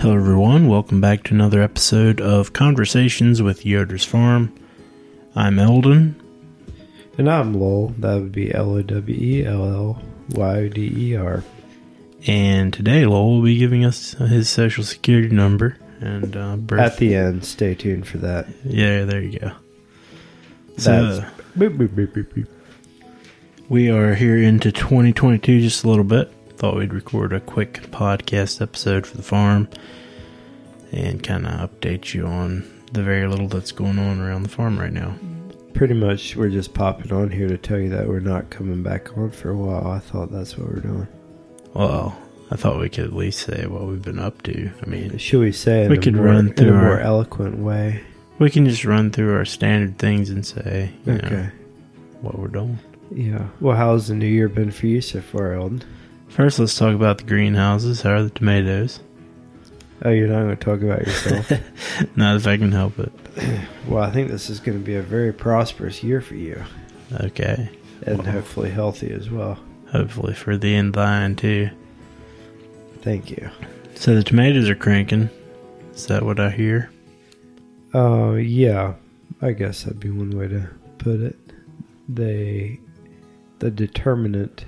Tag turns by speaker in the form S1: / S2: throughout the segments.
S1: Hello, everyone. Welcome back to another episode of Conversations with Yoder's Farm. I'm Eldon.
S2: And I'm Lowell. That would be L O W E L L Y D E R.
S1: And today, Lowell will be giving us his social security number and uh, birth.
S2: At the end, stay tuned for that.
S1: yeah, there you go.
S2: That's-
S1: So uh,
S2: boop, boop, boop, boop, boop.
S1: we are here into 2022 just a little bit. Thought we'd record a quick podcast episode for the farm and kind of update you on the very little that's going on around the farm right now.
S2: Pretty much, we're just popping on here to tell you that we're not coming back on for a while. I thought that's what we're doing.
S1: Well, I thought we could at least say what we've been up to. I mean,
S2: Should we say it
S1: We
S2: in,
S1: could
S2: a more,
S1: run
S2: in
S1: through
S2: a
S1: our-
S2: more eloquent way?
S1: We can just run through our standard things and say, you know,
S2: Okay.
S1: what we're doing.
S2: Yeah. Well, how's the new year been for you so far, Eldon?
S1: First, let's talk about the greenhouses. How are the tomatoes?
S2: Oh, you're not going to talk about yourself?
S1: Not if I can help it.
S2: well, I think this is going to be a very prosperous year for you
S1: Okay.
S2: and
S1: Wow.
S2: hopefully healthy as well.
S1: Hopefully for the end line, too.
S2: Thank you.
S1: So the tomatoes are cranking. Is that what I hear?
S2: Oh, yeah. I guess that'd be one way to put it. They, the determinant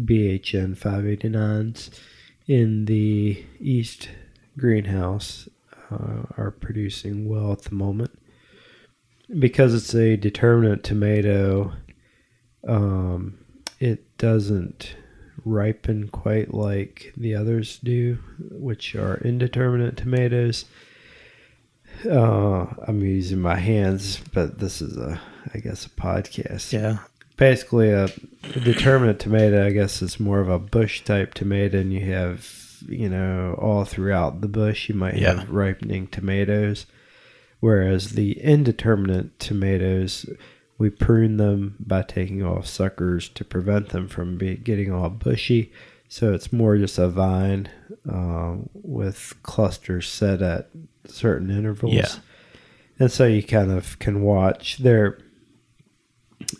S2: BHN 589s in the east greenhouse uh, are producing well at the moment. Because it's a determinant tomato, um, it doesn't ripen quite like the others do, which are indeterminate tomatoes. Uh, I'm using my hands, but this is a, I guess, a podcast.
S1: Yeah.
S2: Basically, a determinate tomato, I guess, is more of a bush type tomato, and you have, you know, all throughout the bush, you might
S1: Yeah.
S2: have ripening tomatoes. Whereas the indeterminate tomatoes, we prune them by taking off suckers to prevent them from be, getting all bushy. So it's more just a vine uh, with clusters set at certain intervals.
S1: Yeah.
S2: And so you kind of can watch. They're,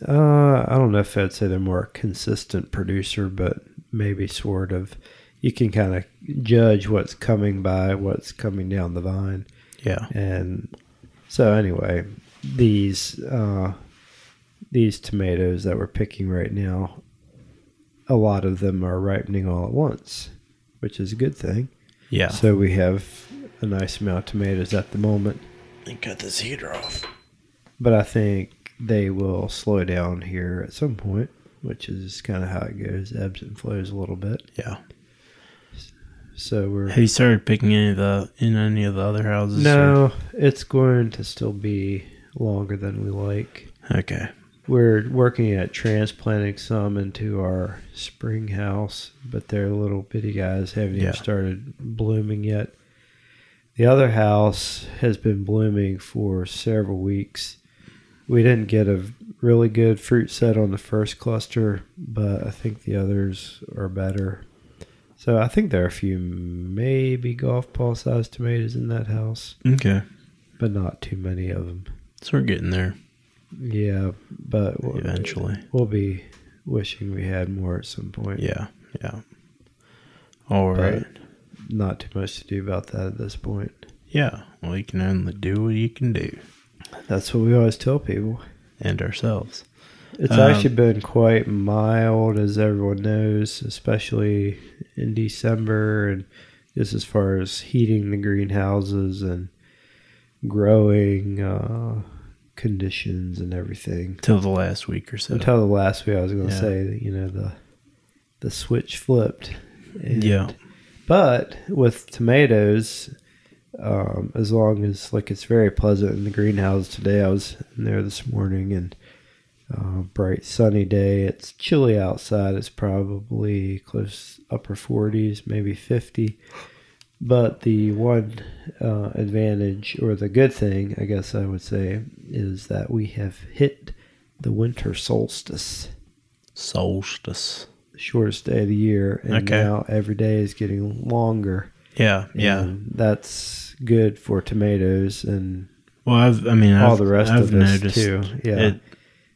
S2: uh, I don't know if I'd say they're more consistent producer, but maybe sort of. You can kind of judge what's coming by what's coming down the vine.
S1: Yeah.
S2: And so anyway, these uh, these tomatoes that we're picking right now, a lot of them are ripening all at once, which is a good thing.
S1: Yeah.
S2: So we have a nice amount of tomatoes at the moment,
S1: cut this heater off.
S2: but I think they will slow down here at some point, which is kind of how it goes, ebbs and flows a little bit.
S1: Yeah.
S2: So we're
S1: Have you started picking any of the in any of the other houses?
S2: no, it's going to still be longer than we like.
S1: or- Okay.
S2: We're working at transplanting some into our spring house, but they're little bitty guys haven't
S1: Yeah.
S2: even started blooming yet. The other house has been blooming for several weeks. We didn't get a really good fruit set on the first cluster, but I think the others are better. So I think there are a few maybe golf ball sized tomatoes in that house,
S1: Okay.
S2: but not too many of them.
S1: So we're getting there
S2: Yeah, but
S1: eventually.
S2: We'll be wishing we had more at some point.
S1: Yeah, yeah. All
S2: But-
S1: right.
S2: Not too much to do about that at this point.
S1: Yeah. Well, you can only do what you can do,
S2: That's what we always tell people.
S1: and ourselves.
S2: It's
S1: Um,
S2: actually been quite mild, as everyone knows, especially in December, and just as far as heating the greenhouses and growing uh, conditions and everything.
S1: Till the last week or so.
S2: Until the last week, I was going to
S1: Yeah.
S2: say that you know the the switch flipped. and-
S1: yeah,
S2: But with tomatoes, um, as long as like it's very pleasant in the greenhouse today. I was in there this morning and uh, bright sunny day. It's chilly outside. It's probably close upper 40s, maybe 50. But the one uh, advantage or the good thing, I guess I would say, is that we have hit the winter solstice
S1: solstice.
S2: shortest day of the year, and
S1: Okay.
S2: now every day is getting longer.
S1: Yeah, yeah.
S2: And that's good for tomatoes and
S1: Well, I've, I mean,
S2: all
S1: I've,
S2: the rest
S1: I've
S2: of us
S1: noticed
S2: too. Yeah,
S1: it.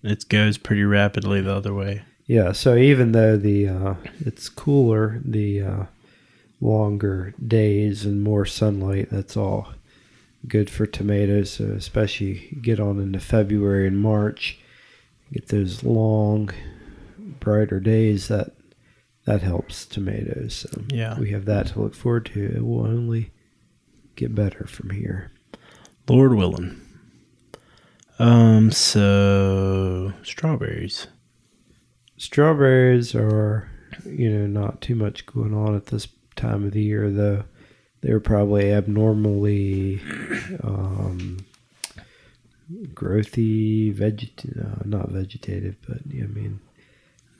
S1: It goes pretty rapidly the other way.
S2: yeah. So even though the uh, it's cooler, the uh, longer days and more sunlight. That's all good for tomatoes, so especially get on into February and March. Get those long, brighter days. That that helps tomatoes. So
S1: Yeah.
S2: we have that to look forward to. It will only get better from here.
S1: Lord willing. Um, so strawberries.
S2: strawberries are you know not too much going on at this time of the year though they're probably abnormally um growthy veget uh, not vegetative but yeah, i mean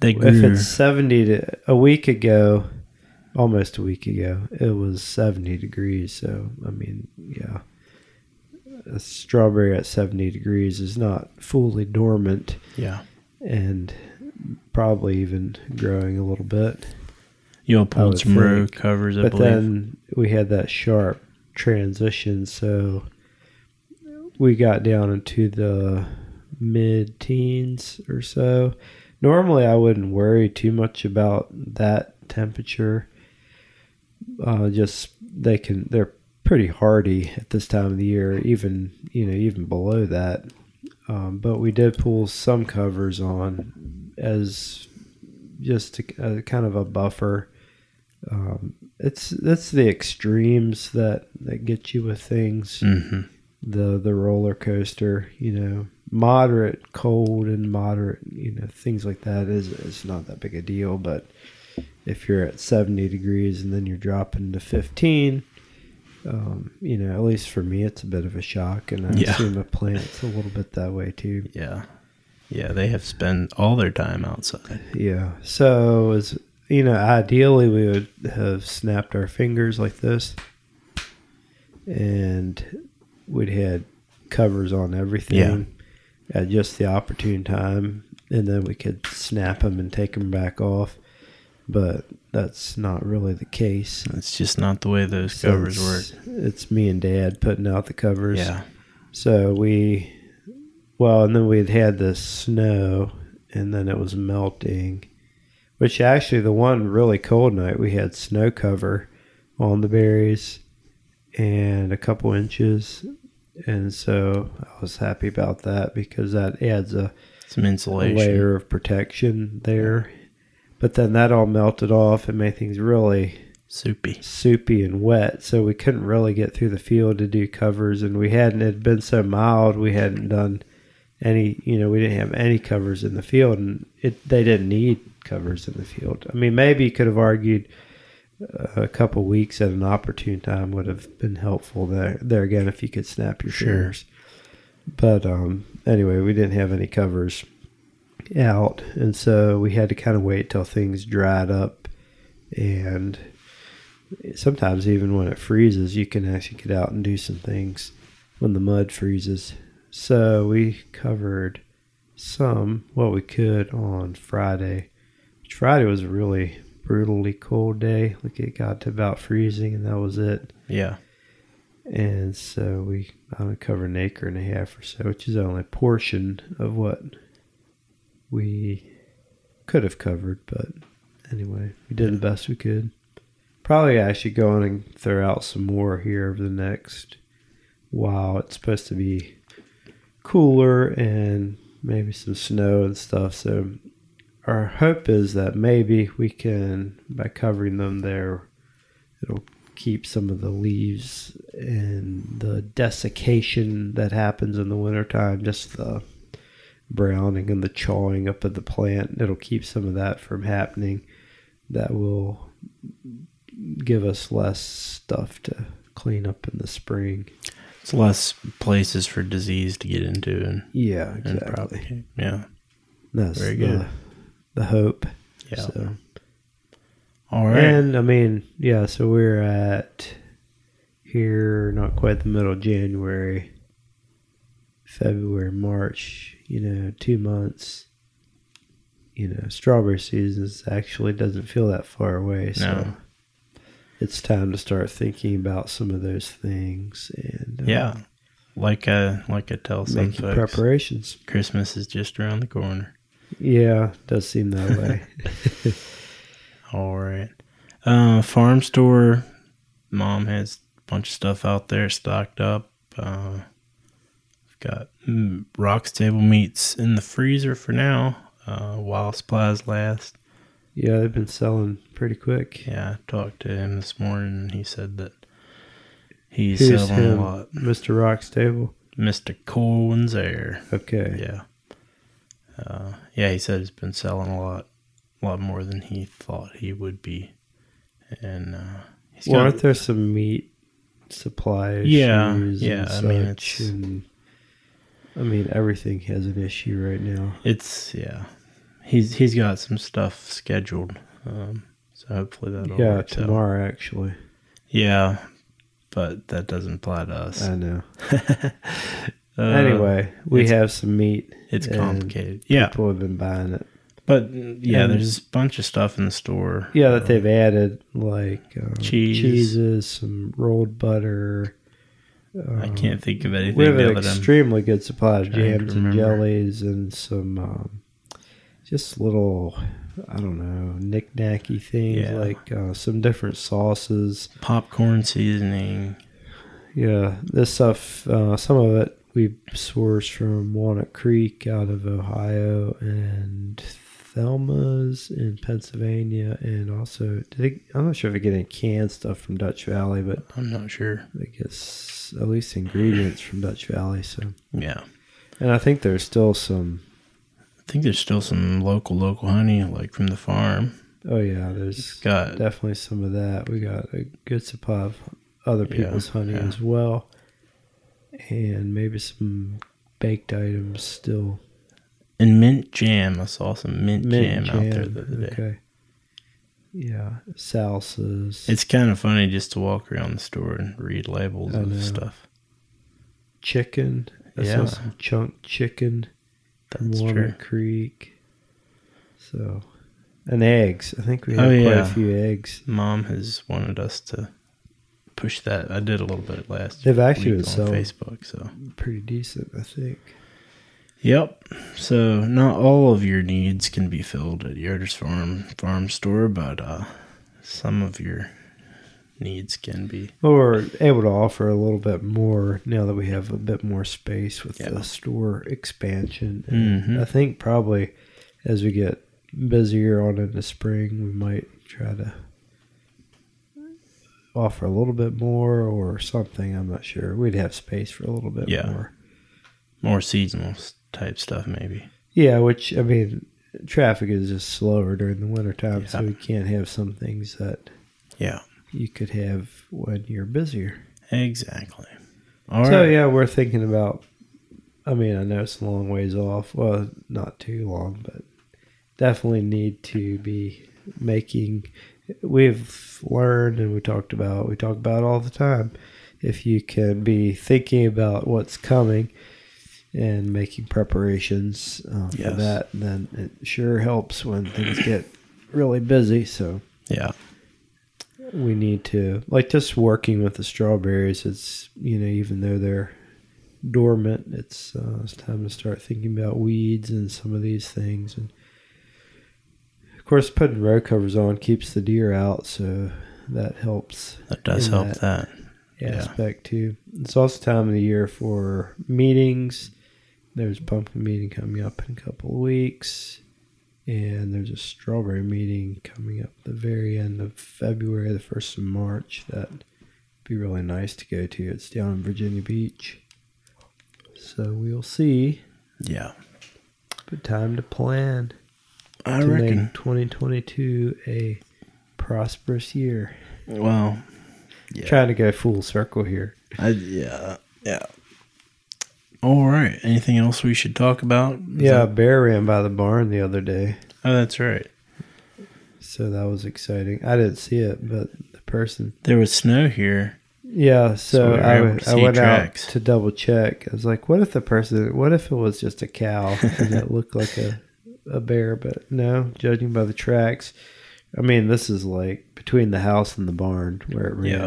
S1: They
S2: if
S1: grew.
S2: it's 70 to a week ago almost a week ago it was 70 degrees so i mean yeah a strawberry at 70 degrees is not fully dormant
S1: Yeah.
S2: and probably even growing a little bit.
S1: Y'all
S2: I
S1: pulled
S2: would
S1: some row
S2: think.
S1: covers, I
S2: but
S1: believe.
S2: then we had that sharp transition, so we got down into the mid teens or so. Normally, I wouldn't worry too much about that temperature. Uh, just they can they're pretty hardy at this time of the year, even you know even below that. Um, but we did pull some covers on as just to, uh, kind of a buffer. Um, it's that's the extremes that that get you with things
S1: hmm
S2: the the roller coaster, you know, moderate cold and moderate, you know, things like that is it's not that big a deal, but if you're at 70 degrees and then you're dropping to 15, um, you know, at least for me it's a bit of a shock and I
S1: Yeah.
S2: assume a plant's a little bit that way too.
S1: Yeah. Yeah, they have spent all their time outside.
S2: Yeah. So as you know, ideally we would have snapped our fingers like this, and we'd had covers on everything
S1: Yeah.
S2: at just the opportune time, and then we could snap them and take them back off. But that's not really the case.
S1: It's just not the way those covers work.
S2: Since It's me and Dad putting out the covers.
S1: Yeah.
S2: So we, well, and then we'd had the snow, and then it was melting, which actually the one really cold night we had snow cover on the berries and a couple inches. And so I was happy about that because that adds a
S1: Some insulation.
S2: layer of protection there. But then that all melted off and made things really
S1: Soupy.
S2: soupy and wet, so we couldn't really get through the field to do covers. And we hadn't, it had been so mild, we hadn't done any, you know, we didn't have any covers in the field. And it, they didn't need covers in the field. I mean, maybe you could have argued uh, a couple weeks at an opportune time would have been helpful there, there again, if you could snap your
S1: Sure.
S2: fingers. But um, anyway, we didn't have any covers out. And so we had to kind of wait till things dried up and sometimes even when it freezes, you can actually get out and do some things when the mud freezes. So we covered some what we could on Friday. Which Friday was a really brutally cold day. Like it got to about freezing, and that was it.
S1: Yeah.
S2: And so we I covered an acre and a half or so, which is only a portion of what we could have covered. But anyway, we did the best we could. Probably I should go on and throw out some more here over the next while. It's supposed to be cooler and maybe some snow and stuff. So our hope is that maybe we can, by covering them there, it'll keep some of the leaves and the desiccation that happens in the wintertime, just the browning and the chawing up of the plant. It'll keep some of that from happening. That will give us less stuff to clean up in the spring.
S1: It's less places for disease to get into and,
S2: Yeah,
S1: and
S2: exactly.
S1: propagate. Yeah.
S2: That's
S1: Very
S2: the-
S1: good.
S2: The, hope.
S1: Yeah.
S2: So.
S1: All right.
S2: And I mean, yeah, so we're at here, not quite the middle of January, February, March, you know, two months. You know, strawberry season is actually doesn't feel that far away. So
S1: No.
S2: it's time to start thinking about some of those things and uh,
S1: yeah. Like I like I tell some
S2: making
S1: folks,
S2: preparations.
S1: Christmas is just around the corner.
S2: Yeah, does seem that way.
S1: All right. Uh, farm store. Mom has a bunch of stuff out there stocked up. Uh, I've got mm, rock stable meats in the freezer for now. Uh, while supplies last.
S2: Yeah, they've been selling pretty quick.
S1: Yeah, I talked to him this morning. and He said that he's
S2: Who's
S1: selling
S2: him?
S1: a lot.
S2: Mr. Rock's table.
S1: Mr. Corwin's there.
S2: Okay.
S1: Yeah. Uh, yeah, he said he's been selling a lot, a lot more than he thought he would be, and uh, he's
S2: well,
S1: got-
S2: aren't there some meat supply issues?
S1: Yeah,
S2: and
S1: yeah, I
S2: Such
S1: mean, it's-
S2: and, I mean, everything has an issue right now.
S1: it's yeah, he's he's got some stuff scheduled, um, so hopefully that'll
S2: yeah,
S1: work out.
S2: tomorrow actually.
S1: Yeah, but that doesn't apply to us.
S2: I know.
S1: Uh,
S2: anyway, we
S1: it's-
S2: have some meat.
S1: it's
S2: and
S1: complicated. Yeah,
S2: People have been buying it.
S1: but yeah,
S2: and-
S1: there's a bunch of stuff in the store.
S2: Yeah, that they've added like uh,
S1: Uh, Cheese.
S2: cheeses, some rolled butter. Uh,
S1: I can't think of anything.
S2: We have
S1: now
S2: an
S1: that I'm-
S2: extremely good supply of
S1: trying to
S2: jams and
S1: remember.
S2: jellies and some um, just little, I don't know, knickknacky things
S1: Yeah.
S2: like uh, some different sauces.
S1: popcorn seasoning.
S2: Yeah, this stuff, uh, some of it we source from Walnut Creek out of Ohio and Thelma's in Pennsylvania. And also, did they, I'm not sure if they get any canned stuff from Dutch Valley, but
S1: I'm not sure.
S2: they get s- at least ingredients from Dutch Valley. So.
S1: Yeah.
S2: And I think there's still some.
S1: I think there's still some local local honey like from the farm.
S2: Oh yeah, there's
S1: Got
S2: definitely some of that. We got a good supply of other
S1: Yeah,
S2: people's honey
S1: yeah.
S2: as well, and maybe some baked items still.
S1: and mint jam. I saw some mint, jam,
S2: Mint
S1: out there the other day.
S2: Okay. Yeah, salsas,
S1: It's kind of funny just to walk around the store and read labels
S2: I
S1: of
S2: know.
S1: stuff.
S2: chicken. I saw
S1: Yeah.
S2: some chunk chicken from
S1: That's true.
S2: Walnut Creek. So, and eggs. I think we
S1: Oh,
S2: have quite a
S1: yeah.
S2: few eggs.
S1: Mom has wanted us to push that. I did a little bit last.
S2: They've actually
S1: week
S2: been
S1: on
S2: selling.
S1: Facebook. So
S2: Pretty decent, I think.
S1: yep. So not all of your needs can be filled at Yoder's Farm Farm Store, but uh, some of your needs can be.
S2: Well, we're able to offer a little bit more now that we have a bit more space with
S1: Yeah.
S2: the store expansion.
S1: Mhm.
S2: I think probably as we get busier on in the spring, we might try to offer a little bit more or something. I'm not sure. We'd have space for a little bit
S1: Yeah.
S2: more.
S1: more seasonal s- type stuff maybe
S2: Yeah, which I mean, traffic is just slower during the wintertime, so
S1: Yeah.
S2: we can't have some things that
S1: yeah
S2: you could have when you're busier.
S1: exactly All right.
S2: so yeah, we're thinking about. I mean, I know it's a long ways off. Well, not too long, but definitely need to be making. We've learned and we talked about. We talk about all the time. If you can be thinking about what's coming and making preparations uh, for
S1: Yes.
S2: that, then it sure helps when things get really busy. So
S1: yeah
S2: we need to like just working with the strawberries it's you know even though they're dormant it's uh, it's time to start thinking about weeds and some of these things and of course putting row covers on keeps the deer out so that helps
S1: that does
S2: In
S1: help
S2: that-
S1: that, Yeah.
S2: aspect too it's also time of the year for meetings there's pumpkin meeting coming up in a couple of weeks and there's a strawberry meeting coming up the very end of February, the first of March. That'd be really nice to go to. It's down in Virginia Beach. So we'll see.
S1: yeah
S2: But time to plan
S1: i
S2: to
S1: reckon
S2: make 2022 a prosperous year.
S1: well Yeah.
S2: Trying to go full circle here.
S1: I, yeah yeah all right anything else we should talk about Is
S2: Yeah, a
S1: that-
S2: bear ran by the barn the other day.
S1: oh that's right
S2: So that was exciting. I didn't see it, but the person
S1: there was snow here
S2: Yeah,
S1: So
S2: so,
S1: we were
S2: I,
S1: able
S2: w-
S1: to
S2: I
S1: see
S2: went
S1: tracks.
S2: out to double check. I was like, what if the person, what if it was just a cow and it looked like a, a bear? But no, judging by the tracks, I mean, this is like between the house and the barn where it ran.
S1: Yeah.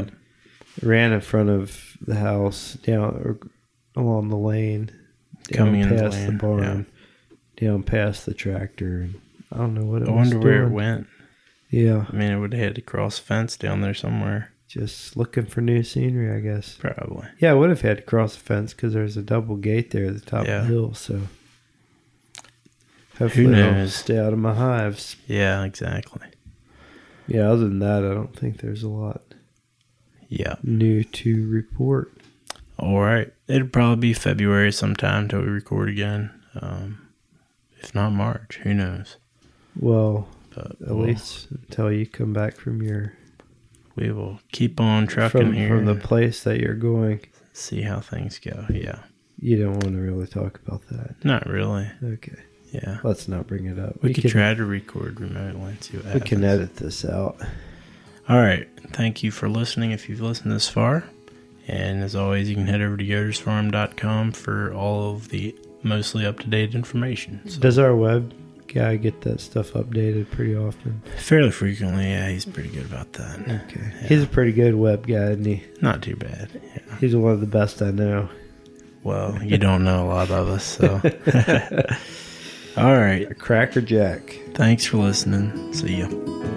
S2: It ran in front of the house, down or along the lane, down
S1: Coming in the
S2: past the,
S1: lane,
S2: barn, down past the tractor. And I don't know what it
S1: i
S2: was
S1: wonder where it
S2: doing.
S1: went
S2: Yeah,
S1: I mean, it would have had to cross a fence down there somewhere,
S2: just looking for new scenery, I guess.
S1: probably.
S2: Yeah, I would have had to cross the fence because there's a double gate there at the top
S1: Yeah.
S2: of the hill. So hopefully, I'll
S1: knows?
S2: stay out of my hives.
S1: Yeah, exactly.
S2: Yeah, other than that, I don't think there's a lot
S1: Yeah.
S2: new to report.
S1: All right. It'll probably be February sometime till we record again. Um, if not March, who knows?
S2: Well,
S1: But
S2: at
S1: we'll-
S2: least until you come back from your
S1: we will keep on trucking
S2: from,
S1: here
S2: from the
S1: and
S2: place that you're going.
S1: see how things go. Yeah.
S2: You don't want to really talk about that.
S1: Not really.
S2: Okay,
S1: Yeah.
S2: let's not bring it up.
S1: We, could try to record remotely and see what
S2: We
S1: happens.
S2: can edit this out.
S1: All right. Thank you for listening if you've listened this far. And as always, you can head over to yodersfarm.com for all of the mostly up to date information. So
S2: Does our web guy get that stuff updated pretty often?
S1: fairly frequently, yeah, he's pretty good about that.
S2: Okay, he's a pretty good web guy, isn't he?
S1: Not too bad. Yeah.
S2: He's one of the best I know.
S1: Well, you don't know a lot of us, so. all right.
S2: A Cracker Jack.
S1: Thanks for listening. See ya.
S2: Bye.